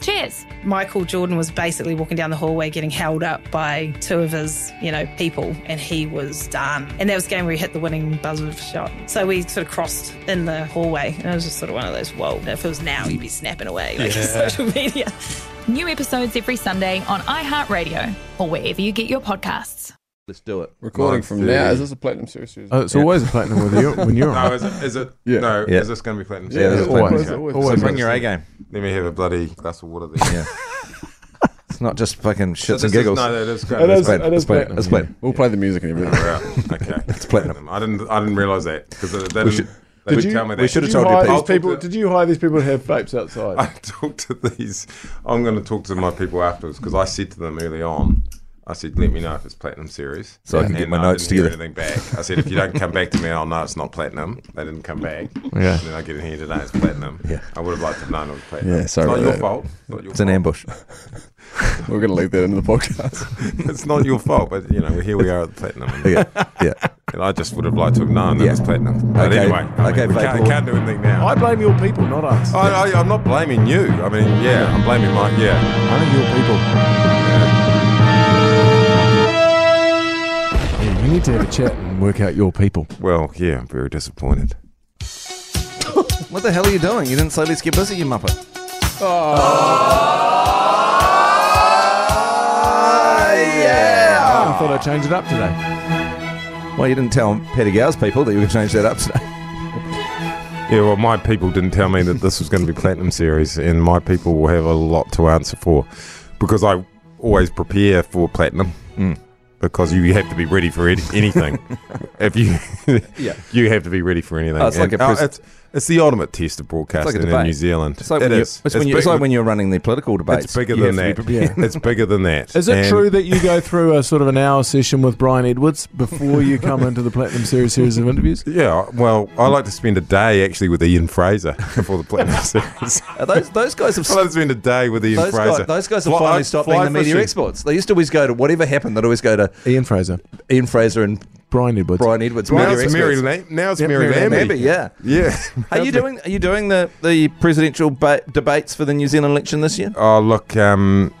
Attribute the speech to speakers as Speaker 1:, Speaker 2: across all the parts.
Speaker 1: Cheers.
Speaker 2: Michael Jordan was basically walking down the hallway getting held up by two of his, you know, people, and he was done. And that was the game where he hit the winning buzzer shot. So we sort of crossed in the hallway, and it was just sort of one of those, whoa, if it was now, you'd be snapping away like
Speaker 3: Yeah.
Speaker 2: social media.
Speaker 1: New episodes every Sunday on iHeartRadio or wherever you get your podcasts.
Speaker 4: Let's do it.
Speaker 5: Recording
Speaker 6: Nine
Speaker 5: from now.
Speaker 6: thirty.
Speaker 5: Is this a platinum series?
Speaker 3: Oh, it's
Speaker 4: Yeah.
Speaker 3: always a platinum with you when you're on.
Speaker 6: No, is it? Is it
Speaker 5: Yeah.
Speaker 6: No,
Speaker 4: Yeah.
Speaker 6: is this going to be platinum?
Speaker 5: Yeah,
Speaker 6: series?
Speaker 5: it's
Speaker 3: always-
Speaker 5: always-
Speaker 3: always-
Speaker 4: So
Speaker 5: Wait,
Speaker 4: bring
Speaker 5: wait.
Speaker 4: your A game.
Speaker 6: Let me have a bloody glass of water. There.
Speaker 4: Yeah. It's not just fucking
Speaker 6: So
Speaker 4: shits
Speaker 6: this
Speaker 4: and
Speaker 6: is-
Speaker 4: giggles.
Speaker 6: no, that is great.
Speaker 5: It is, it is
Speaker 6: That's platinum.
Speaker 4: It's platinum.
Speaker 5: platinum.
Speaker 4: It's platinum.
Speaker 5: We're We'll play the music and everything.
Speaker 6: We're out. Okay, it's
Speaker 4: platinum.
Speaker 6: I didn't. I didn't realize that because that didn't.
Speaker 4: should-
Speaker 6: they
Speaker 5: Did
Speaker 6: didn't
Speaker 5: you,
Speaker 6: tell me that.
Speaker 4: we should have
Speaker 5: did
Speaker 4: told
Speaker 5: you
Speaker 4: you
Speaker 5: hire
Speaker 4: people.
Speaker 5: these people? Did you hire these people to have vapes
Speaker 6: I
Speaker 5: outside?
Speaker 6: talked to these. I'm going to talk to my people afterwards because I said to them early on. I said, let me know if it's platinum series.
Speaker 4: So I can get
Speaker 6: And
Speaker 4: my
Speaker 6: I
Speaker 4: notes
Speaker 6: didn't hear
Speaker 4: together.
Speaker 6: Anything back. I said, if you don't come back to me, I'll know it's not platinum. They didn't come back.
Speaker 3: Yeah.
Speaker 6: And then I get in here today, it's platinum.
Speaker 4: Yeah.
Speaker 6: I would have liked to have known it was platinum.
Speaker 5: Yeah, sorry
Speaker 6: It's not
Speaker 5: about
Speaker 6: your
Speaker 5: that.
Speaker 6: fault. It's not your
Speaker 4: It's an
Speaker 6: fault.
Speaker 4: ambush.
Speaker 5: We're going to leave that into the podcast.
Speaker 6: it's not your fault, but you know, here we are at the platinum.
Speaker 4: Yeah. Yeah.
Speaker 6: And I just would have liked to have known that
Speaker 4: Yeah.
Speaker 6: it was platinum. But
Speaker 4: Okay.
Speaker 6: anyway, I
Speaker 4: Okay,
Speaker 6: mean, we can't,
Speaker 4: Vapor.
Speaker 6: can't do anything now.
Speaker 5: I blame your people, not us.
Speaker 6: I, I, I'm not blaming you. I mean, yeah, I'm blaming my yeah.
Speaker 5: I blame your people.
Speaker 3: Yeah, you need to have a chat and work out your people.
Speaker 6: Well, yeah, I'm very disappointed.
Speaker 4: What the hell are you doing? You didn't say let's get busy, you muppet.
Speaker 3: Oh,
Speaker 4: Oh,
Speaker 3: I thought I changed it up today.
Speaker 4: Well, you didn't tell Petty Gow's people that you were going to change that up today.
Speaker 6: Yeah, well, my people didn't tell me that this was going to be platinum series, and my people will have a lot to answer for because I always prepare for platinum.
Speaker 3: Hmm.
Speaker 4: Mm.
Speaker 6: Because you have to be ready for any- anything. if you,
Speaker 4: Yeah.
Speaker 6: you have to be ready for anything.
Speaker 4: Oh, it's like
Speaker 6: And,
Speaker 4: a
Speaker 6: uh,
Speaker 4: pres-
Speaker 6: it's, it's the ultimate test of broadcasting in
Speaker 4: debate.
Speaker 6: New Zealand.
Speaker 4: It's like,
Speaker 6: It
Speaker 4: when, you,
Speaker 6: is.
Speaker 4: It's when, you,
Speaker 6: big-
Speaker 4: it's like when you're running the political debates.
Speaker 6: It's bigger
Speaker 4: You
Speaker 6: than
Speaker 4: have to
Speaker 6: that.
Speaker 4: be prepared.
Speaker 6: It's bigger than that.
Speaker 3: Is it
Speaker 6: And-
Speaker 3: true that you go through a sort of an hour session with Brian Edwards before you come into the platinum series series of interviews?
Speaker 6: Yeah, well, I like to spend a day actually with Ian Fraser before the platinum series.
Speaker 4: Are those, those guys have
Speaker 6: I like to spend a day with Ian
Speaker 4: those,
Speaker 6: Fraser.
Speaker 4: guys, those guys have
Speaker 6: Fly-
Speaker 4: finally
Speaker 6: I-
Speaker 4: stopped
Speaker 6: fly
Speaker 4: being the media
Speaker 6: fishing.
Speaker 4: exports. They used to always go to whatever happened. They'd always go to
Speaker 3: Ian Fraser,
Speaker 4: Ian Fraser and
Speaker 3: Brian Edwards.
Speaker 4: Brian Edwards.
Speaker 6: Now
Speaker 4: media
Speaker 6: it's
Speaker 4: experts.
Speaker 6: Mary. Lam- now it's
Speaker 3: Yeah,
Speaker 6: Mary
Speaker 3: Mary
Speaker 6: Lambie.
Speaker 4: Lambie, yeah.
Speaker 6: Yeah.
Speaker 4: Are you doing? Are you doing the the presidential ba- debates for the New Zealand election this year?
Speaker 6: Oh look, um,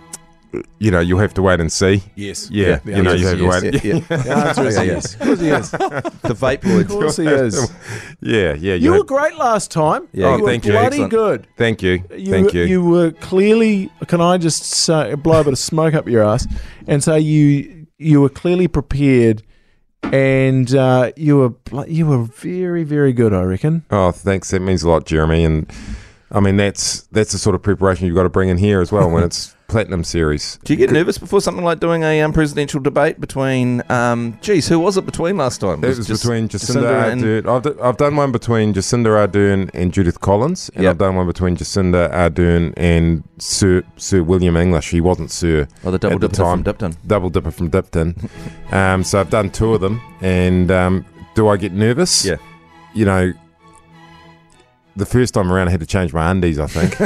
Speaker 6: you know, you'll have to wait and see.
Speaker 4: Yes.
Speaker 6: Yeah,
Speaker 3: Yeah,
Speaker 6: you know,
Speaker 3: yes,
Speaker 6: you have to wait.
Speaker 4: yeah, yeah.
Speaker 3: The answer is
Speaker 4: Yeah, yeah.
Speaker 3: yes. Of course he is. Of
Speaker 4: The vape lords.
Speaker 3: course he is.
Speaker 6: Yeah, yeah.
Speaker 3: You were
Speaker 6: have-
Speaker 3: great last time.
Speaker 4: Yeah,
Speaker 3: you were
Speaker 6: thank you.
Speaker 3: bloody
Speaker 4: Excellent.
Speaker 3: good.
Speaker 6: thank you,
Speaker 3: You,
Speaker 6: thank you.
Speaker 3: were clearly. Can I just say, blow a bit of smoke up your ass and say you you were clearly prepared, and uh, you were bl- you were very very good. I reckon.
Speaker 6: Oh, thanks. That means a lot, Jeremy. And I mean, that's that's the sort of preparation you've got to bring in here as well when it's platinum series.
Speaker 4: Do you get nervous before something like doing a um, presidential debate between? Um, geez, who was it between last time?
Speaker 6: It was
Speaker 4: just-
Speaker 6: between Jacinda,
Speaker 4: Jacinda and-
Speaker 6: Ardern. I've, d- I've done one between Jacinda Ardern and Judith Collins, and
Speaker 4: Yep.
Speaker 6: I've done one between Jacinda Ardern and Sir Sir William English. He wasn't Sir
Speaker 4: Oh, the double
Speaker 6: at the
Speaker 4: dipper from
Speaker 6: time.
Speaker 4: Dipton.
Speaker 6: Double Dipper from Dipton. um, so I've done two of them, and um, do I get nervous?
Speaker 4: Yeah.
Speaker 6: You know, the first time around, I had to change my undies. I think.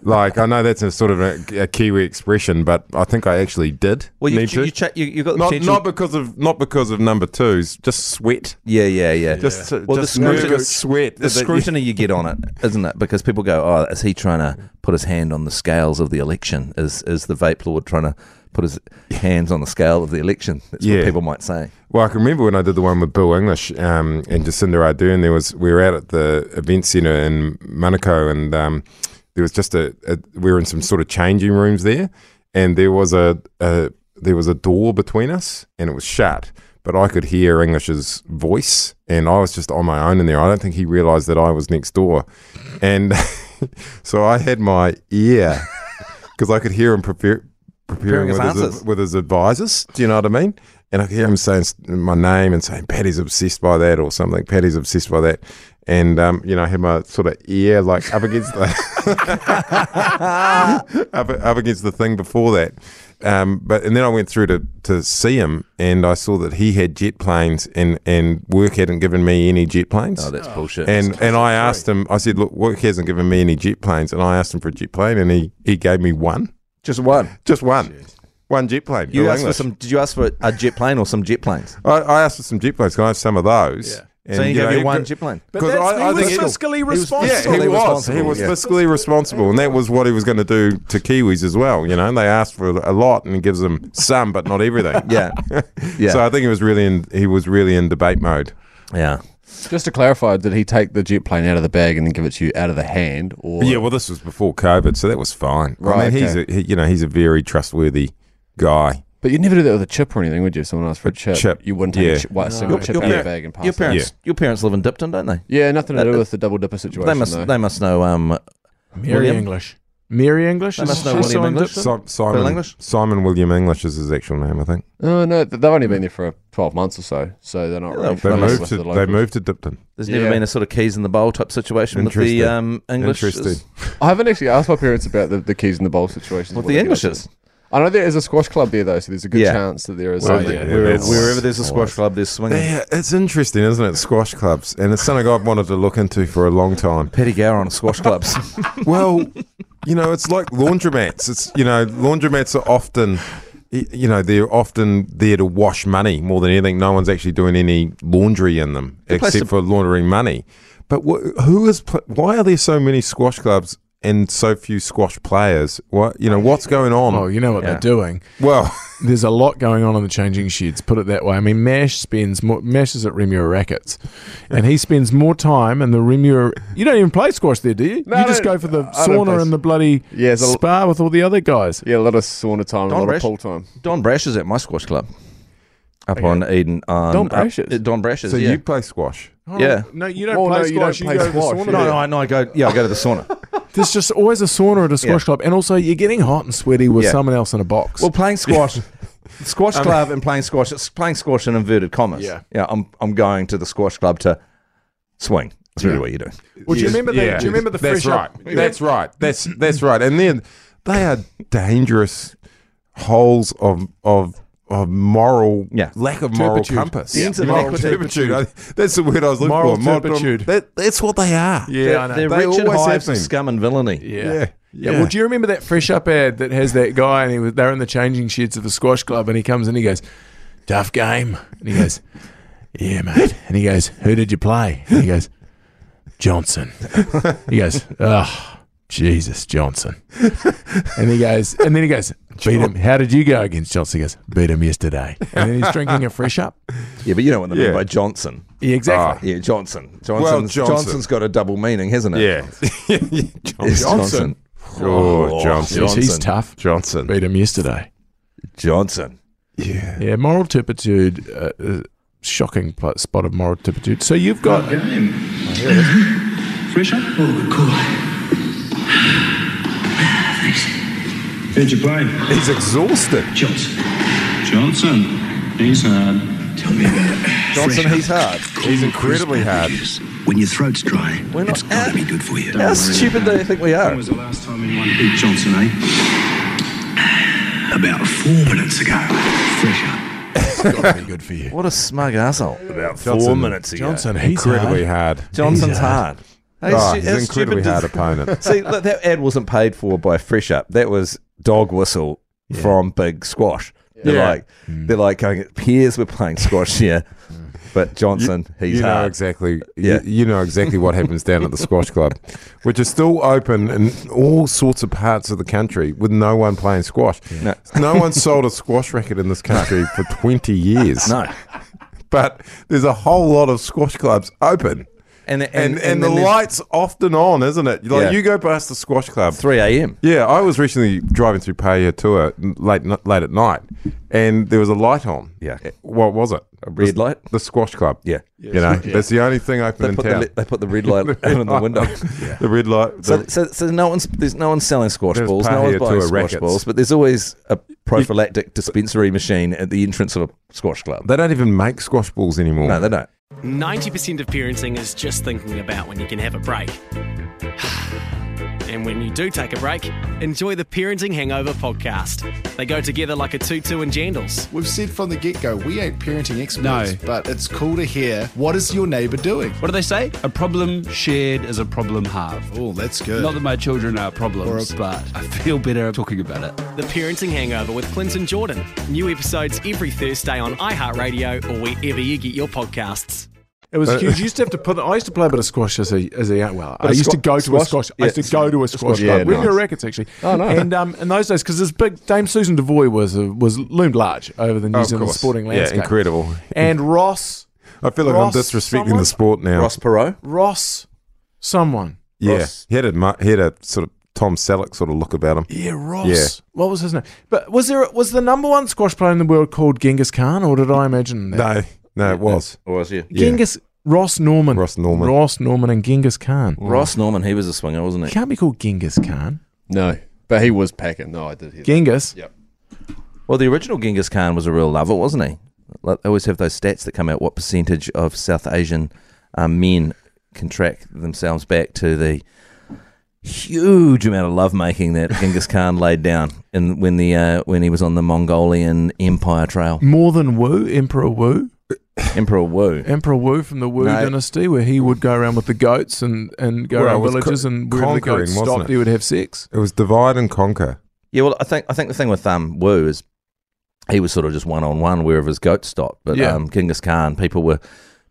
Speaker 6: like I know that's a sort of a, a Kiwi expression, but I think I actually did.
Speaker 4: Well, you
Speaker 6: need
Speaker 4: you,
Speaker 6: to.
Speaker 4: you, cha- you you got the
Speaker 6: not,
Speaker 4: potential.
Speaker 6: not because of not because of number twos, just sweat.
Speaker 4: yeah, yeah, yeah.
Speaker 6: Just, uh,
Speaker 4: Well, the
Speaker 6: just
Speaker 4: scrutiny-
Speaker 6: nervous sweat.
Speaker 4: the
Speaker 6: that- that-
Speaker 4: scrutiny you get on it, isn't it? Because people go, "Oh, is he trying to put his hand on the scales of the election? Is is the vape lord trying to put his hands on the scale of the election?" That's what
Speaker 6: Yeah.
Speaker 4: people might say.
Speaker 6: Well, I can remember when I did the one with Bill English um, and Jacinda Ardern. There was we were out at the event centre in Monaco, and um, there was just a, a we were in some sort of changing rooms there, and there was a, a there was a door between us, and it was shut. But I could hear English's voice, and I was just on my own in there. I don't think he realised that I was next door, and so I had my ear because I could hear him prepare,
Speaker 4: Preparing
Speaker 6: preparing
Speaker 4: his
Speaker 6: with his,
Speaker 4: answers.
Speaker 6: with his advisors. Do you know what I mean? And I could hear him saying s- my name and saying Patty's obsessed by that or something. Patty's obsessed by that, and um, you know, I had my sort of ear like up against the up, up against the thing before that. Um, but and then I went through to, to see him, and I saw that he had jet planes, and, and work hadn't given me any jet planes.
Speaker 4: Oh, that's bullshit.
Speaker 6: And and I asked him, I said, look, work hasn't given me any jet planes, and I asked him for a jet plane, and he, he gave me one,
Speaker 4: just one.
Speaker 6: just one. One jet plane.
Speaker 4: You
Speaker 6: all
Speaker 4: asked for
Speaker 6: English.
Speaker 4: some. Did you ask for a jet plane or some jet planes?
Speaker 6: I, I asked for some jet planes. Can I have some of those?
Speaker 3: Yeah.
Speaker 4: so you
Speaker 6: know,
Speaker 4: gave
Speaker 6: he
Speaker 4: you one
Speaker 6: could-
Speaker 4: jet plane.
Speaker 3: But
Speaker 6: 'Cause
Speaker 3: that's,
Speaker 6: I- I
Speaker 3: he was
Speaker 6: think-
Speaker 3: fiscally responsible.
Speaker 6: Yeah, he
Speaker 4: Fiscally
Speaker 6: was.
Speaker 4: responsible,
Speaker 6: He was
Speaker 4: yeah.
Speaker 6: fiscally responsible, and that was what he was going to do to Kiwis as well. You know, and they asked for a lot, and he gives them some, but not everything.
Speaker 4: Yeah, yeah,
Speaker 6: So I think he was really in. He was really in debate mode.
Speaker 4: yeah.
Speaker 7: Just to clarify, did he take the jet plane out of the bag and then give it to you out of the hand? Or
Speaker 6: Yeah, well, this was before COVID, so that was fine. I
Speaker 7: Right,
Speaker 6: mean, he's a, he, you know he's a very trustworthy guy.
Speaker 7: but you'd never do that with a chip or anything, would you? If someone asked for a chip,
Speaker 6: chip,
Speaker 7: you wouldn't take
Speaker 6: yeah.
Speaker 7: a, chip, what, a single
Speaker 4: Your-
Speaker 7: chip
Speaker 4: your
Speaker 7: out of the
Speaker 4: parent-
Speaker 7: bag and pass
Speaker 4: Your
Speaker 7: it.
Speaker 4: parents,
Speaker 6: Yeah.
Speaker 4: your parents live in Dipton, don't they?
Speaker 7: Yeah, nothing to
Speaker 4: Uh,
Speaker 7: do with the double dipper situation.
Speaker 4: They must,
Speaker 7: though.
Speaker 4: they must know. Um,
Speaker 3: Mary
Speaker 4: William?
Speaker 3: English. Mary English?
Speaker 4: They
Speaker 3: Is
Speaker 4: must know
Speaker 3: she
Speaker 4: William
Speaker 3: still in
Speaker 4: English.
Speaker 3: Dipton?
Speaker 6: Si- Simon
Speaker 4: English?
Speaker 6: Simon William English is his actual name, I think.
Speaker 7: Oh no, th- they've only been there for twelve months or so, so they're not
Speaker 4: Yeah,
Speaker 7: really.
Speaker 6: They
Speaker 7: familiar
Speaker 6: moved
Speaker 7: with
Speaker 6: to
Speaker 7: the
Speaker 6: they
Speaker 7: locals.
Speaker 6: moved to Dipton.
Speaker 4: there's
Speaker 7: Yeah.
Speaker 4: never been a sort of keys in the bowl type situation with the
Speaker 6: Interesting.
Speaker 4: um, English.
Speaker 6: Interesting.
Speaker 7: I haven't actually asked my parents about the, the keys in the bowl situations.
Speaker 4: With
Speaker 7: what
Speaker 4: the
Speaker 7: they go to.
Speaker 4: Englishes.
Speaker 7: I know there is a squash club there though, so there's a good
Speaker 4: Yeah.
Speaker 7: chance that there is.
Speaker 6: Well,
Speaker 7: a-
Speaker 6: yeah.
Speaker 4: Where-
Speaker 6: that's-
Speaker 4: wherever there's a squash club, there's swinging.
Speaker 6: Yeah, it's interesting, isn't it? Squash clubs, and it's something I've wanted to look into for a long time.
Speaker 4: Petty Gower on squash clubs.
Speaker 6: Well, you know, it's like laundromats. It's you know, laundromats are often, y- you know, they're often there to wash money more than anything. No one's actually doing any laundry in them
Speaker 4: place
Speaker 6: except
Speaker 4: to-
Speaker 6: for laundering money. But wh- who is? Pl- why are there so many squash clubs and so few squash players? What you know? What's going on?
Speaker 3: Oh, you know what
Speaker 4: Yeah.
Speaker 3: they're doing.
Speaker 6: Well,
Speaker 3: There's a lot going on in the changing sheds, put it that way. I mean, Mash spends more, Mash is at Remura Rackets, and he spends more time in the Remura. You don't even play squash there, do you?
Speaker 7: No,
Speaker 3: you
Speaker 7: I
Speaker 3: just
Speaker 7: don't-
Speaker 3: go for the
Speaker 7: I don't play
Speaker 3: sauna and the bloody
Speaker 7: Yeah, it's a l-
Speaker 3: spa with all the other guys.
Speaker 7: Yeah, a lot of sauna time, and a
Speaker 4: Don
Speaker 7: lot
Speaker 4: Brash-
Speaker 7: of pool time.
Speaker 4: Don Brash is at my squash club up on Eden. On,
Speaker 7: Don
Speaker 4: up-
Speaker 7: Brash is?
Speaker 4: uh, Don Brash is,
Speaker 6: so
Speaker 4: yeah.
Speaker 6: you play squash?
Speaker 4: Yeah.
Speaker 3: No, you don't
Speaker 7: Oh,
Speaker 3: play
Speaker 7: no, you don't
Speaker 3: squash. You,
Speaker 7: play
Speaker 3: go to the
Speaker 7: squash,
Speaker 3: sauna.
Speaker 7: yeah.
Speaker 4: no, no, I, no, I go, yeah, I go to the sauna.
Speaker 3: There's just always a sauna at a squash
Speaker 4: Yeah.
Speaker 3: club, and also you're getting hot and sweaty with
Speaker 4: Yeah.
Speaker 3: someone else in a box.
Speaker 4: Well, playing squash, squash
Speaker 6: Um,
Speaker 4: club, and playing squash. It's playing squash in inverted commas.
Speaker 3: Yeah.
Speaker 4: yeah. I'm I'm going to the squash club to swing. That's really what you do.
Speaker 3: Well, do you remember the? Do you remember the
Speaker 6: That's
Speaker 3: fresh
Speaker 6: right. That's right. That's that's right. And then they are dangerous holes of of of moral
Speaker 4: Yeah.
Speaker 6: lack of moral
Speaker 3: Turpitude.
Speaker 6: compass.
Speaker 4: The internet
Speaker 6: Moral
Speaker 4: equity.
Speaker 6: turpitude. I- That's the word I was looking
Speaker 3: Moral
Speaker 6: for.
Speaker 3: turpitude.
Speaker 6: That, that's what they are.
Speaker 3: Yeah, I know.
Speaker 4: They're
Speaker 6: They
Speaker 4: Richard
Speaker 6: always have
Speaker 4: Hives of
Speaker 6: been.
Speaker 4: scum and villainy.
Speaker 3: Yeah.
Speaker 6: Yeah.
Speaker 3: Yeah. Well, do you remember that fresh up ad that has that guy and he was, they're in the changing sheds of the squash club and he comes in and he goes, tough game. And he goes, yeah, mate. And he goes, who did you play? And he goes, Johnson. He goes, oh, Jesus, Johnson. And he goes, and then he goes, beat him. How did you go against Johnson? He goes, beat him yesterday. And then he's drinking a fresh up.
Speaker 4: Yeah, but you know what they
Speaker 6: Yeah.
Speaker 4: mean by Johnson.
Speaker 3: Yeah, exactly.
Speaker 4: Yeah, Johnson. Johnson's,
Speaker 6: Well, Johnson.
Speaker 4: Johnson's got a double meaning, hasn't it?
Speaker 6: Yeah.
Speaker 4: It's Johnson.
Speaker 6: Oh, Johnson.
Speaker 3: Yes, he's
Speaker 4: Johnson.
Speaker 3: tough.
Speaker 6: Johnson.
Speaker 3: Beat him yesterday.
Speaker 4: Johnson.
Speaker 6: Yeah.
Speaker 3: Yeah, moral turpitude. Uh, uh, shocking pl- spot of moral turpitude. So you've got.
Speaker 8: Game. Fresh up? Oh, cool. Thanks. Did you play?
Speaker 6: He's exhausted.
Speaker 8: Johnson. Johnson. He's hard. Tell me about it.
Speaker 4: Johnson, he's hard.
Speaker 6: He's incredibly hard.
Speaker 8: When your throat's dry,
Speaker 4: We're not-
Speaker 8: it's gotta be good for you.
Speaker 4: How stupid do you think we
Speaker 8: When
Speaker 4: are?
Speaker 8: was the last time anyone beat Johnson, eh? About four minutes ago. Fresh up.
Speaker 3: be good for you.
Speaker 4: What a smug asshole. About four
Speaker 6: Johnson.
Speaker 4: minutes ago.
Speaker 3: Johnson, he's
Speaker 6: Incredibly
Speaker 3: hard.
Speaker 6: hard.
Speaker 4: Johnson's hard.
Speaker 6: Oh,
Speaker 4: stu-
Speaker 6: he's
Speaker 4: how
Speaker 6: an incredibly
Speaker 4: stupid does-
Speaker 6: hard opponent.
Speaker 4: See, look, that ad wasn't paid for by Fresh Up. That was dog whistle from Big Squash. They're
Speaker 6: Yeah.
Speaker 4: like, they're like going. Peers were playing squash here, but Johnson, he's
Speaker 6: you know
Speaker 4: hard.
Speaker 6: exactly.
Speaker 4: Yeah.
Speaker 6: You, you know exactly what happens down at the squash club, which is still open in all sorts of parts of the country with no one playing squash.
Speaker 4: No.
Speaker 6: No, one sold a squash racket in this country for twenty years.
Speaker 4: No,
Speaker 6: but there's a whole lot of squash clubs open.
Speaker 4: and and
Speaker 6: And, and, the
Speaker 4: then there's
Speaker 6: lights often on, isn't it? Like
Speaker 4: Yeah.
Speaker 6: you go past the squash club,
Speaker 4: Three a.m.
Speaker 6: yeah, I was recently driving through Paeatua n- late n- late at night, and there was a light on.
Speaker 4: Yeah.
Speaker 6: Eh, what was it? A
Speaker 4: red light?
Speaker 6: The squash club.
Speaker 4: Yeah.
Speaker 6: you know, that's the only thing open
Speaker 4: They
Speaker 6: in
Speaker 4: put, the,
Speaker 6: town.
Speaker 4: li- they put the red light out on the window.
Speaker 6: The red light.
Speaker 4: So,
Speaker 6: the-
Speaker 4: so, so no one's there's no one's selling squash
Speaker 6: There's
Speaker 4: balls, no
Speaker 6: Pahia
Speaker 4: one's buying
Speaker 6: Tour
Speaker 4: squash
Speaker 6: rackets.
Speaker 4: balls, but there's always a prophylactic dispensary machine at the entrance of a squash club.
Speaker 6: they don't even make squash balls anymore.
Speaker 4: No, they don't.
Speaker 9: 90% of parenting is just thinking about when you can have a break. And when you do take a break, enjoy the Parenting Hangover podcast. They go together like a tutu and jandals.
Speaker 10: We've said from the get go, we ain't parenting experts, but it's cool to hear what is your neighbour doing?
Speaker 11: What do they say? A problem shared is a problem halved.
Speaker 10: Oh, that's good.
Speaker 11: Not that my children are problems, but I feel better talking about it.
Speaker 9: The Parenting Hangover with Clinton Jordan. New episodes every Thursday on iHeartRadio or wherever you get your podcasts.
Speaker 3: It was
Speaker 9: But-
Speaker 3: huge. You used to have to put. I used to play a bit of squash as a as a young- well.
Speaker 5: Bit
Speaker 3: I
Speaker 5: of
Speaker 3: used to
Speaker 5: squa-
Speaker 3: go to a
Speaker 5: squash?
Speaker 3: squash. I used
Speaker 5: Yeah.
Speaker 3: to go to a squash
Speaker 5: Squash, yeah,
Speaker 3: club with
Speaker 5: nice.
Speaker 3: your rackets actually.
Speaker 5: Oh, nice.
Speaker 3: And um, in those days, because this big Dame Susan Devoy was uh, was loomed large over the New
Speaker 6: Of
Speaker 3: Zealand
Speaker 6: course.
Speaker 3: sporting
Speaker 6: Yeah,
Speaker 3: landscape.
Speaker 6: incredible.
Speaker 3: And Ross.
Speaker 6: I feel like
Speaker 3: Ross
Speaker 6: I'm disrespecting
Speaker 3: someone?
Speaker 6: the sport now.
Speaker 4: Ross Perot.
Speaker 3: Ross, someone.
Speaker 6: Yeah, he had a mu- he had a sort of Tom Selleck sort of look about him.
Speaker 3: Yeah, Ross.
Speaker 6: Yeah,
Speaker 3: What was his name? But was there was the number one squash player in the world called Genghis Khan, or did I imagine that?
Speaker 6: no, no, it was.
Speaker 4: Was you?
Speaker 3: Genghis Ross Norman. Ross
Speaker 6: Norman.
Speaker 3: Ross Norman and Genghis Khan.
Speaker 4: Ross Norman, he was a swinger, wasn't
Speaker 3: He
Speaker 4: he?
Speaker 3: can't be called Genghis Khan.
Speaker 7: No, but he was packing. No, I did hear
Speaker 3: Genghis.
Speaker 7: Yep.
Speaker 4: Well, the original Genghis Khan was a real lover, wasn't he? Like, they always have those stats that come out. What percentage of South Asian um, men contract themselves back to the huge amount of lovemaking that Genghis Khan laid down in, when the uh, when he was on the Mongolian Empire Trail?
Speaker 3: More than Wu, Emperor Wu,
Speaker 4: Emperor Wu.
Speaker 3: Emperor Wu from the Wu
Speaker 4: No.
Speaker 3: dynasty, where he would go around with the goats and, and go
Speaker 6: Well, it
Speaker 3: around
Speaker 6: was co-
Speaker 3: villages and wherever the
Speaker 6: conquering,
Speaker 3: goats
Speaker 6: wasn't
Speaker 3: stopped,
Speaker 6: it?
Speaker 3: he would have sex.
Speaker 6: It was divide and conquer.
Speaker 4: Yeah, well, I think I think the thing with um, Wu is he was sort of just one on one wherever his goat stopped. But
Speaker 3: Yeah.
Speaker 4: um, Genghis Khan, people were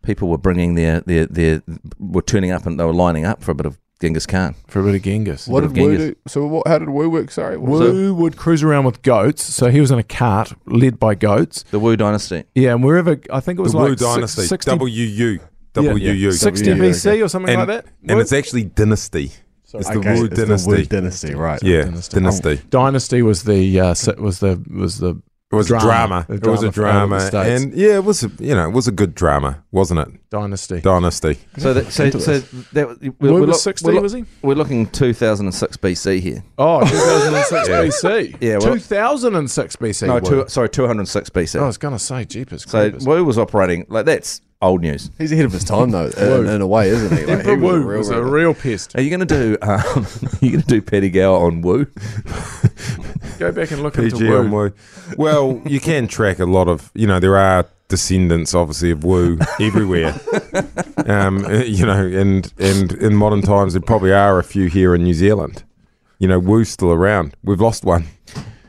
Speaker 4: people were bringing their, their their were turning up and they were lining up for a bit of Genghis Khan.
Speaker 3: For a bit of Genghis.
Speaker 4: What did
Speaker 7: Woo do? So what, how did Woo work? Sorry, what was it?
Speaker 3: Wu would cruise around with goats, so he was in a cart led by goats.
Speaker 4: The Wu dynasty.
Speaker 3: Yeah, and wherever I think it was
Speaker 6: the
Speaker 3: like
Speaker 6: Wu
Speaker 3: six-
Speaker 6: Dynasty,
Speaker 3: 60
Speaker 6: WU,
Speaker 3: Yeah.
Speaker 6: WU,
Speaker 3: 60
Speaker 6: Yeah.
Speaker 3: BC or something
Speaker 6: And-
Speaker 3: like that.
Speaker 6: And it's actually dynasty. It's the
Speaker 7: Okay,
Speaker 6: Wu
Speaker 7: it's the Wu
Speaker 6: Dynasty.
Speaker 7: Dynasty, right.
Speaker 6: Yeah,
Speaker 3: Dynasty.
Speaker 6: dynasty.
Speaker 3: Dynasty was the uh, si- was the was the
Speaker 6: It was a drama.
Speaker 3: the
Speaker 6: It was a
Speaker 3: from over
Speaker 6: drama,
Speaker 3: the States.
Speaker 6: and yeah, it was a, you know it was a good drama, wasn't it?
Speaker 3: Dynasty.
Speaker 6: Dynasty.
Speaker 4: So that so
Speaker 7: Into
Speaker 4: so
Speaker 7: this.
Speaker 4: that was- we're,
Speaker 3: Wu
Speaker 4: we're
Speaker 3: was
Speaker 4: look-
Speaker 3: 60,
Speaker 4: we're look-
Speaker 3: was he?
Speaker 4: We're looking 2006 BC here.
Speaker 3: Oh, 2006 BC.
Speaker 4: Yeah, well-
Speaker 3: 2006 BC.
Speaker 4: No,
Speaker 3: Wu.
Speaker 4: two, sorry, 206 BC.
Speaker 3: I was going to say, Jeepers.
Speaker 4: so
Speaker 3: creepers.
Speaker 4: Wu was operating like that's old news.
Speaker 7: He's ahead of his time though, in, in a way, isn't he? Like, he
Speaker 3: Emperor
Speaker 7: was a
Speaker 3: Wu
Speaker 7: real
Speaker 3: was a
Speaker 7: real-
Speaker 3: real pest.
Speaker 4: Are you going to do um, are you going to do petty gower on Wu?
Speaker 3: Go back and look into
Speaker 6: PG on
Speaker 3: Wu.
Speaker 6: Wu. Well, you can track a lot of you know there are descendants obviously of Wu everywhere. um, uh, you know, and and in modern times there probably are a few here in New Zealand. You know, Wu's still around. We've lost one.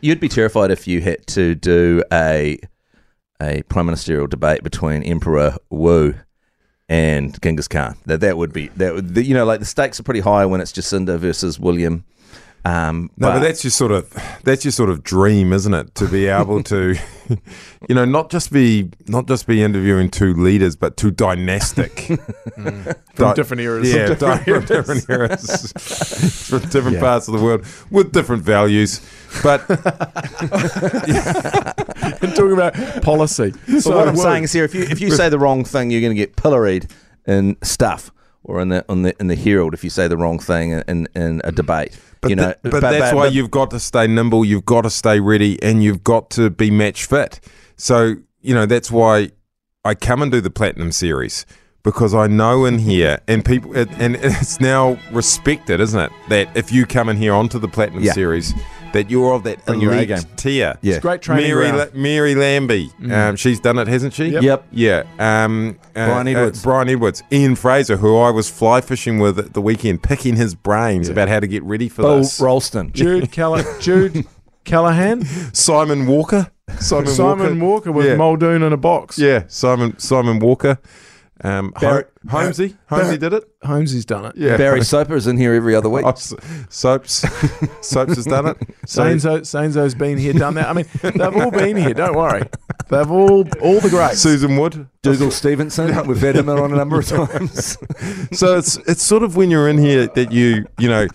Speaker 4: You'd be terrified if you had to do a a prime ministerial debate between Emperor Wu and Genghis Khan. That that would be that would, you know like the stakes are pretty high when it's Jacinda versus William. Um,
Speaker 6: No, but, that's your sort of that's your sort of dream, isn't it? To be able to, you know, not just be not just be interviewing two leaders, but two dynastic
Speaker 3: Mm. From
Speaker 6: Di-
Speaker 3: different eras.
Speaker 6: Yeah,
Speaker 3: From different
Speaker 6: di- from different eras, from different parts of the world with different values. But
Speaker 3: and talking about policy.
Speaker 4: So what I'm
Speaker 3: Wu-
Speaker 4: saying is here, if you if you say the wrong thing, you're going to get pilloried in stuff or in the on the in the Herald if you say the wrong thing in in a debate.
Speaker 6: but,
Speaker 4: you know,
Speaker 6: th- but, that's why
Speaker 4: but-
Speaker 6: you've got to stay nimble. You've got to stay ready, and you've got to be match fit. So you know that's why I come and do the platinum series because I know in here, and people, it, and it's now respected, isn't it? That if you come in here onto the platinum
Speaker 4: Yeah.
Speaker 6: series, that you're of that
Speaker 4: Bring your A
Speaker 6: elite
Speaker 4: game.
Speaker 6: tier.
Speaker 4: Yeah. It's
Speaker 3: great training
Speaker 6: Mary,
Speaker 3: ground.
Speaker 6: La- Mary Lambie, um, she's done it, hasn't she?
Speaker 3: Yep.
Speaker 4: Yep.
Speaker 6: Yeah. Um, uh,
Speaker 4: Brian
Speaker 6: uh,
Speaker 4: Edwards.
Speaker 6: Brian Edwards. Ian Fraser, who I was fly fishing with at the weekend, picking his brains about how to get ready for
Speaker 4: Bill
Speaker 6: this.
Speaker 4: Ralston.
Speaker 3: Jude, Calla- Jude Callahan.
Speaker 6: Simon Walker. Simon,
Speaker 3: Simon Walker, with
Speaker 6: yeah.
Speaker 3: Muldoon in a box.
Speaker 6: Yeah, Simon Simon Walker. Um, Hol-
Speaker 4: Barrett-
Speaker 6: Holmesy. Holmesy did it.
Speaker 3: Holmesy's done it.
Speaker 6: Yeah.
Speaker 4: Barry Soper is in here every other week.
Speaker 6: Oh, S- Soaps. Soaps has done it. So,
Speaker 3: Sainzo, Sainzo's been here, done that. I mean, they've all been here. Don't worry, they've all all the greats.
Speaker 6: Susan Wood.
Speaker 4: Dougal Stevenson. We've had him on a number of times.
Speaker 6: So it's it's sort of when you're in here that you you know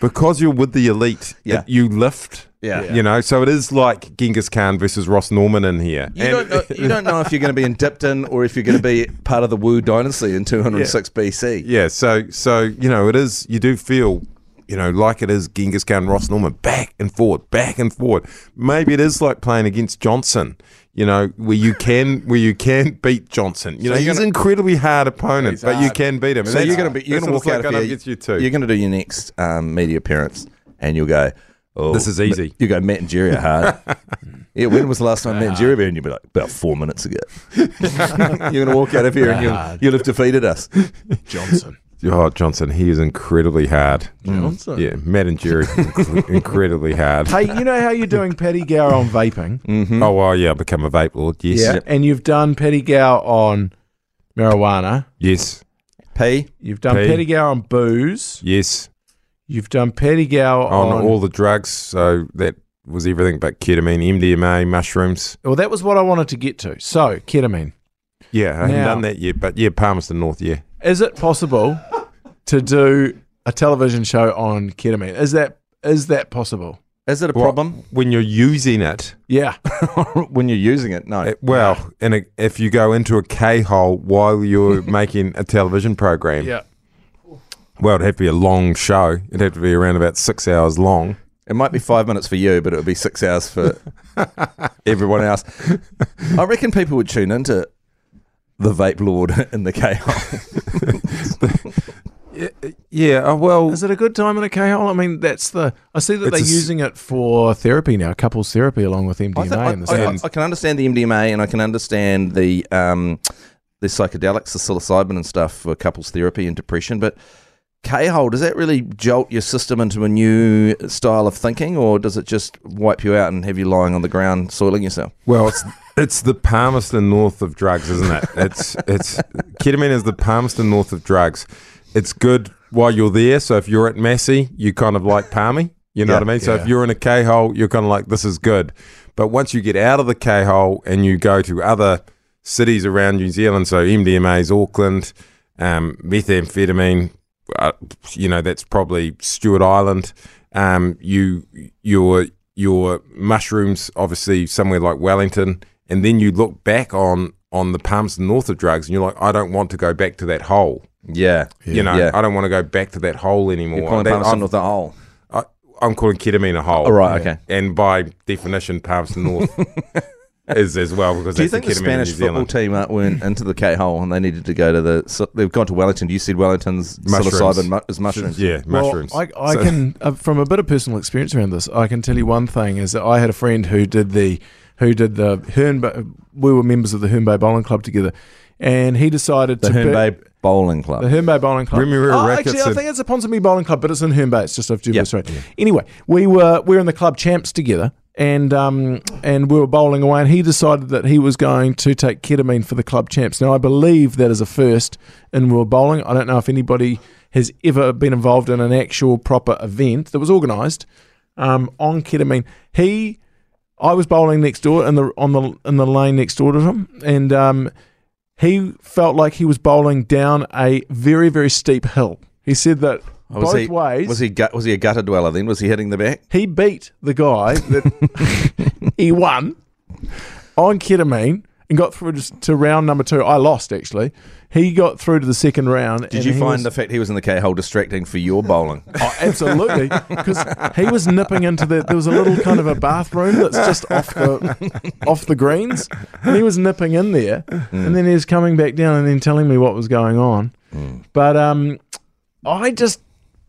Speaker 6: because you're with the elite,
Speaker 4: Yeah.
Speaker 6: it- you lift.
Speaker 4: Yeah.
Speaker 6: You know, so it is like Genghis Khan versus Ross Norman in here.
Speaker 4: You
Speaker 6: And-
Speaker 4: don't, know, you don't know if you're going to be in Dipton or if you're going to be part of the Wu dynasty in 206 BC.
Speaker 6: yeah, so so you know, it is you do feel you know, like it is Genghis Khan, Ross Norman, back and forward, back and forward. Maybe it is like playing against Johnson, you know, where you can where you can beat Johnson. You
Speaker 4: So
Speaker 6: know,
Speaker 4: you're
Speaker 6: he's an
Speaker 4: gonna-
Speaker 6: incredibly hard opponent,
Speaker 4: He's
Speaker 6: but you
Speaker 4: hard.
Speaker 6: can beat him.
Speaker 4: So you're going to be you're going to walk out of
Speaker 6: going
Speaker 4: here.
Speaker 6: up against you too.
Speaker 4: You're going to do your next um, media appearance, and you'll go. Oh,
Speaker 6: This is easy.
Speaker 4: You go Matt and Jerry are hard. yeah, when was the last time Matt
Speaker 6: Ah.
Speaker 4: and Jerry were? And you'll be like about four minutes ago. you're going to walk out of here, and you'll,
Speaker 6: Hard.
Speaker 4: you'll have defeated us,
Speaker 3: Johnson.
Speaker 6: Oh, Johnson, he is incredibly hard.
Speaker 4: Mm.
Speaker 3: Johnson?
Speaker 6: Yeah, Matt and Jerry, inc- incredibly hard.
Speaker 3: hey, you know how you're doing Petty Gow on vaping?
Speaker 4: Mm-hmm.
Speaker 6: Oh, well, yeah, I've become a vape lord. Yes.
Speaker 3: Yeah. And you've done Petty Gow on marijuana.
Speaker 6: Yes.
Speaker 4: P.
Speaker 3: You've done
Speaker 6: P.
Speaker 3: Petty Gow on booze.
Speaker 6: Yes.
Speaker 3: You've done Petty Gow on,
Speaker 6: On, Oh, all the drugs. So that was everything but ketamine, MDMA, mushrooms.
Speaker 3: Well, that was what I wanted to get to. So, ketamine.
Speaker 6: Yeah, I haven't
Speaker 3: Now-
Speaker 6: done that yet, but yeah, Palmerston North, yeah.
Speaker 3: Is it possible to do a television show on ketamine? Is that is that possible?
Speaker 4: Is it a
Speaker 6: Well,
Speaker 4: problem?
Speaker 6: When you're using it,
Speaker 3: Yeah.
Speaker 4: when you're using it, no.
Speaker 6: it- well, and it- if you go into a K hole while you're making a television program,
Speaker 3: Yeah.
Speaker 6: well, it'd have to be a long show. It'd have to be around about six hours long.
Speaker 4: It might be five minutes for you, but it would be six hours for everyone else. I reckon people would tune into the vape lord in the chaos.
Speaker 6: Yeah, uh, well,
Speaker 3: Is it a good time in a K hole? I mean, that's the. I see that
Speaker 6: It's
Speaker 3: they're
Speaker 6: a s-
Speaker 3: using it for therapy now, couples therapy, along with MDMA.
Speaker 4: I, thi- I-
Speaker 3: and the
Speaker 4: I-
Speaker 3: stuff.
Speaker 4: I can understand the MDMA and I can understand the um, the psychedelics, the psilocybin and stuff for couples therapy and depression, but K-hole, does that really jolt your system into a new style of thinking or does it just wipe you out and have you lying on the ground soiling yourself?
Speaker 6: Well, it's it's the Palmerston North of drugs, isn't it? It's it's ketamine is the Palmerston North of drugs. It's good while you're there. So if you're at Massey, you kind of like Palmy. You know
Speaker 4: Yeah,
Speaker 6: what I mean? So
Speaker 3: yeah.
Speaker 6: if you're in a K hole, you're kind of like this is good. But once you get out of the K hole and you go to other cities around New Zealand, so MDMA's Auckland, um, methamphetamine, uh, you know that's probably Stewart Island. Um, you your your mushrooms, obviously somewhere like Wellington, and then you look back on on the pumps north of drugs, and you're like, I don't want to go back to that hole.
Speaker 4: Yeah.
Speaker 6: You know,
Speaker 4: Yeah.
Speaker 6: I don't want to go back to that hole anymore.
Speaker 4: You're calling
Speaker 6: That-
Speaker 4: Palmerston
Speaker 6: I'm-
Speaker 4: North a hole.
Speaker 6: I, I'm calling ketamine a hole.
Speaker 4: Oh, right, okay.
Speaker 6: And by definition, Palmerston North is as well because
Speaker 4: Do you
Speaker 6: that's
Speaker 4: think the
Speaker 6: the ketamine in
Speaker 4: Spanish
Speaker 6: New
Speaker 4: football
Speaker 6: Zealand.
Speaker 4: team uh, weren't into the K hole and they needed to go to the? So they've gone to Wellington. You said Wellington's
Speaker 6: Mushrooms.
Speaker 4: psilocybin mu- is mushrooms.
Speaker 6: Yeah,
Speaker 3: Well,
Speaker 6: mushrooms.
Speaker 3: I, I
Speaker 6: So-
Speaker 3: can, uh, from a bit of personal experience around this, I can tell you one thing is that I had a friend who did the, who did the Herne Bay, we were members of the Herne Bay Bowling Club together, and he decided
Speaker 4: The
Speaker 3: to
Speaker 4: Herne
Speaker 3: pick-
Speaker 4: Bay Bowling
Speaker 3: The
Speaker 4: Club.
Speaker 3: Herne Bay Bowling Club.
Speaker 6: Remuera
Speaker 3: oh,
Speaker 6: Rackets
Speaker 3: actually, I
Speaker 6: and-
Speaker 3: think it's a Ponsonby Bowling Club, but it's in Herne Bay. It's just off Jubilee
Speaker 4: Yeah.
Speaker 3: Street. Anyway, we were we were in the club champs together, and um and we were bowling away, and he decided that he was going to take ketamine for the club champs. Now I believe that is a first in world bowling. I don't know if anybody has ever been involved in an actual proper event that was organised um, on ketamine. He I was bowling next door in the on the in the lane next door to him, and um, he felt like he was bowling down a very very steep hill. He said that
Speaker 4: Oh, was
Speaker 3: both
Speaker 4: he,
Speaker 3: ways
Speaker 4: Was he gut, was he a gutter dweller then? Was he hitting the back?
Speaker 3: he beat the guy that he won on ketamine and got through to round number two. I lost actually. He got through to the second round.
Speaker 4: Did you find the fact he was in the K hole distracting for your bowling?
Speaker 3: Oh, absolutely, because he was nipping into the. There was a little kind of a bathroom that's just off the off the greens, and he was nipping in there, and then he was coming back down and then telling me what was going on. But um, I just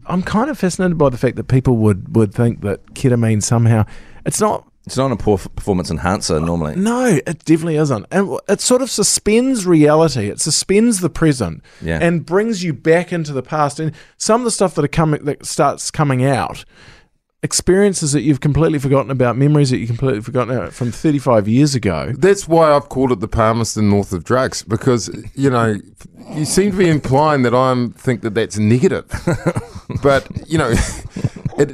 Speaker 3: I'm kind of fascinated by the fact that people would would think that ketamine somehow it's not.
Speaker 4: It's not a poor f- performance enhancer normally.
Speaker 3: No, it definitely isn't, and it sort of suspends reality. It suspends the present
Speaker 4: Yeah.
Speaker 3: and brings you back into the past. And some of the stuff that are coming that starts coming out, experiences that you've completely forgotten about, memories that you completely forgotten about from 35 years ago.
Speaker 6: That's why I've called it the Palmerston North of drugs because you know you seem to be implying that I'm think that that's negative, but you know it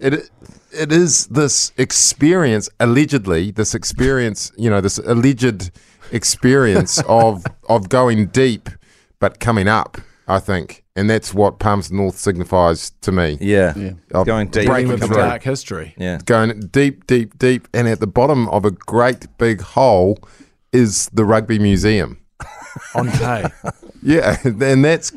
Speaker 6: it it is this experience allegedly this experience you know this alleged experience of of going deep but coming up I think and that's what Palmerston North signifies to me.
Speaker 4: Yeah.
Speaker 6: Of
Speaker 4: Going deep.
Speaker 6: breaking
Speaker 3: Dealing with
Speaker 6: through
Speaker 3: dark history.
Speaker 4: Yeah.
Speaker 6: going deep, deep, deep, and at the bottom of a great big hole is the rugby museum.
Speaker 3: On K.
Speaker 6: Yeah, and that's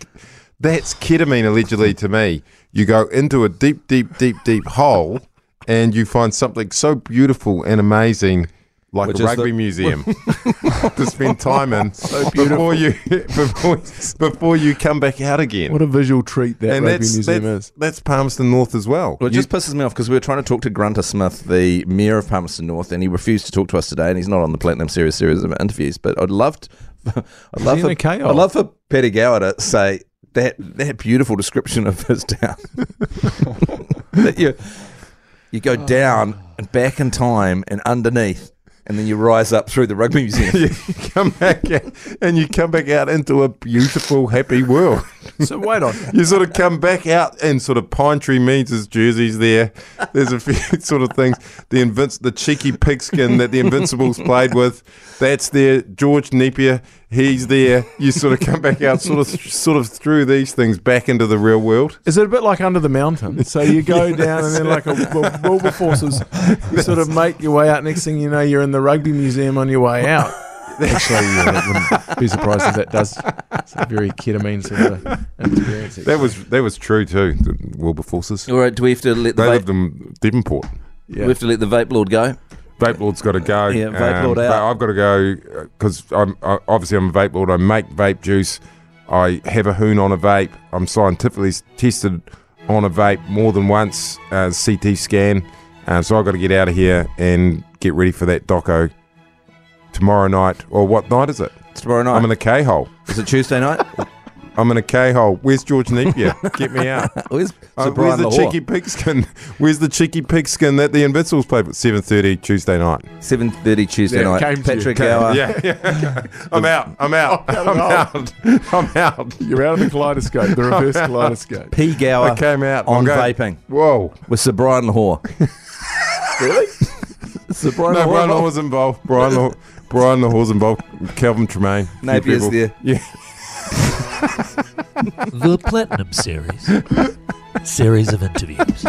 Speaker 6: That's ketamine, allegedly, to me. You go into a deep, deep, deep, deep hole and you find something so beautiful and amazing. Like
Speaker 5: Which
Speaker 6: a
Speaker 5: is the-
Speaker 6: rugby museum to spend time in before you before, before you come back out again.
Speaker 3: What a visual treat that
Speaker 6: and
Speaker 3: rugby
Speaker 6: that's,
Speaker 3: museum
Speaker 6: that's,
Speaker 3: is.
Speaker 6: That's Palmerston North as well.
Speaker 4: Well, it just pisses me off because we were trying to talk to Grunter Smith, the mayor of Palmerston North, and he refused to talk to us today, and he's not on the Platinum Series series of interviews. But I'd love, to, I'd
Speaker 3: Is
Speaker 4: love
Speaker 3: he in
Speaker 4: for,
Speaker 3: a KO?
Speaker 4: I'd love for Petty Gower to say that that beautiful description of his town. that you you go down and back in time and underneath, and then you rise up through the rugby museum.
Speaker 6: you come back out, and you come back out into a beautiful, happy world.
Speaker 3: So wait on.
Speaker 6: you sort of come back out, and sort of pine tree means his jerseys there. There's a few sort of things. The invinc- the cheeky pigskin that the Invincibles played with, that's there. George Napier, he's there. You sort of come back out, sort of sort of through these things back into the real world.
Speaker 3: Is it a bit like Under the Mountain? So you go down and then like a Wil- Wilberforce's, you sort of make your way out. Next thing you know, you're in the rugby museum on your way out. Actually, yeah, that wouldn't be surprised if that does. It's a very ketamine sort of experience.
Speaker 6: That was that was true too. The Wilberforces.
Speaker 4: All right, do we have to let the
Speaker 6: they
Speaker 4: vape-
Speaker 6: lived in Devonport.
Speaker 4: We have to let the vape lord go.
Speaker 6: Vape Lord's got to go.
Speaker 4: Yeah, Vape Lord
Speaker 6: but
Speaker 4: out.
Speaker 6: I've got to go because I'm I, obviously I'm a Vape Lord. I make vape juice. I have a hoon on a vape. I'm scientifically s- tested on a vape more than once. Uh, CT scan. Uh, so I've got to get out of here and get ready for that doco tomorrow night. Or what night is it?
Speaker 4: tomorrow night.
Speaker 6: I'm in the K hole.
Speaker 4: Is it Tuesday night?
Speaker 6: I'm in a K hole. Where's George Napier? Get me out.
Speaker 4: Where's,
Speaker 6: Uh,
Speaker 4: Sir
Speaker 6: where's
Speaker 4: Brian
Speaker 6: the
Speaker 4: Lahore?
Speaker 6: cheeky pigskin? Where's the cheeky pigskin that the Invincibles played at seven thirty Tuesday night?
Speaker 4: Seven thirty Tuesday
Speaker 6: Yeah,
Speaker 4: night.
Speaker 6: came to you.
Speaker 4: Patrick
Speaker 6: Came-
Speaker 4: Gower.
Speaker 6: yeah, yeah. I'm out. I'm out. I'm out. I'm out.
Speaker 3: You're out of the kaleidoscope, the reverse
Speaker 6: I'm out.
Speaker 3: kaleidoscope.
Speaker 4: P. Gower.
Speaker 6: I came out.
Speaker 4: on
Speaker 6: I'm going-
Speaker 4: vaping.
Speaker 6: Whoa.
Speaker 4: With Sir Brian Lahore. really? Sir Brian
Speaker 6: no,
Speaker 4: Lahore.
Speaker 6: Brian Law was involved. Brian Law. Brian Law was involved. Calvin Tremaine. a few
Speaker 4: Napier's
Speaker 6: people.
Speaker 4: there.
Speaker 6: Yeah.
Speaker 12: the Platinum Series. Series of interviews.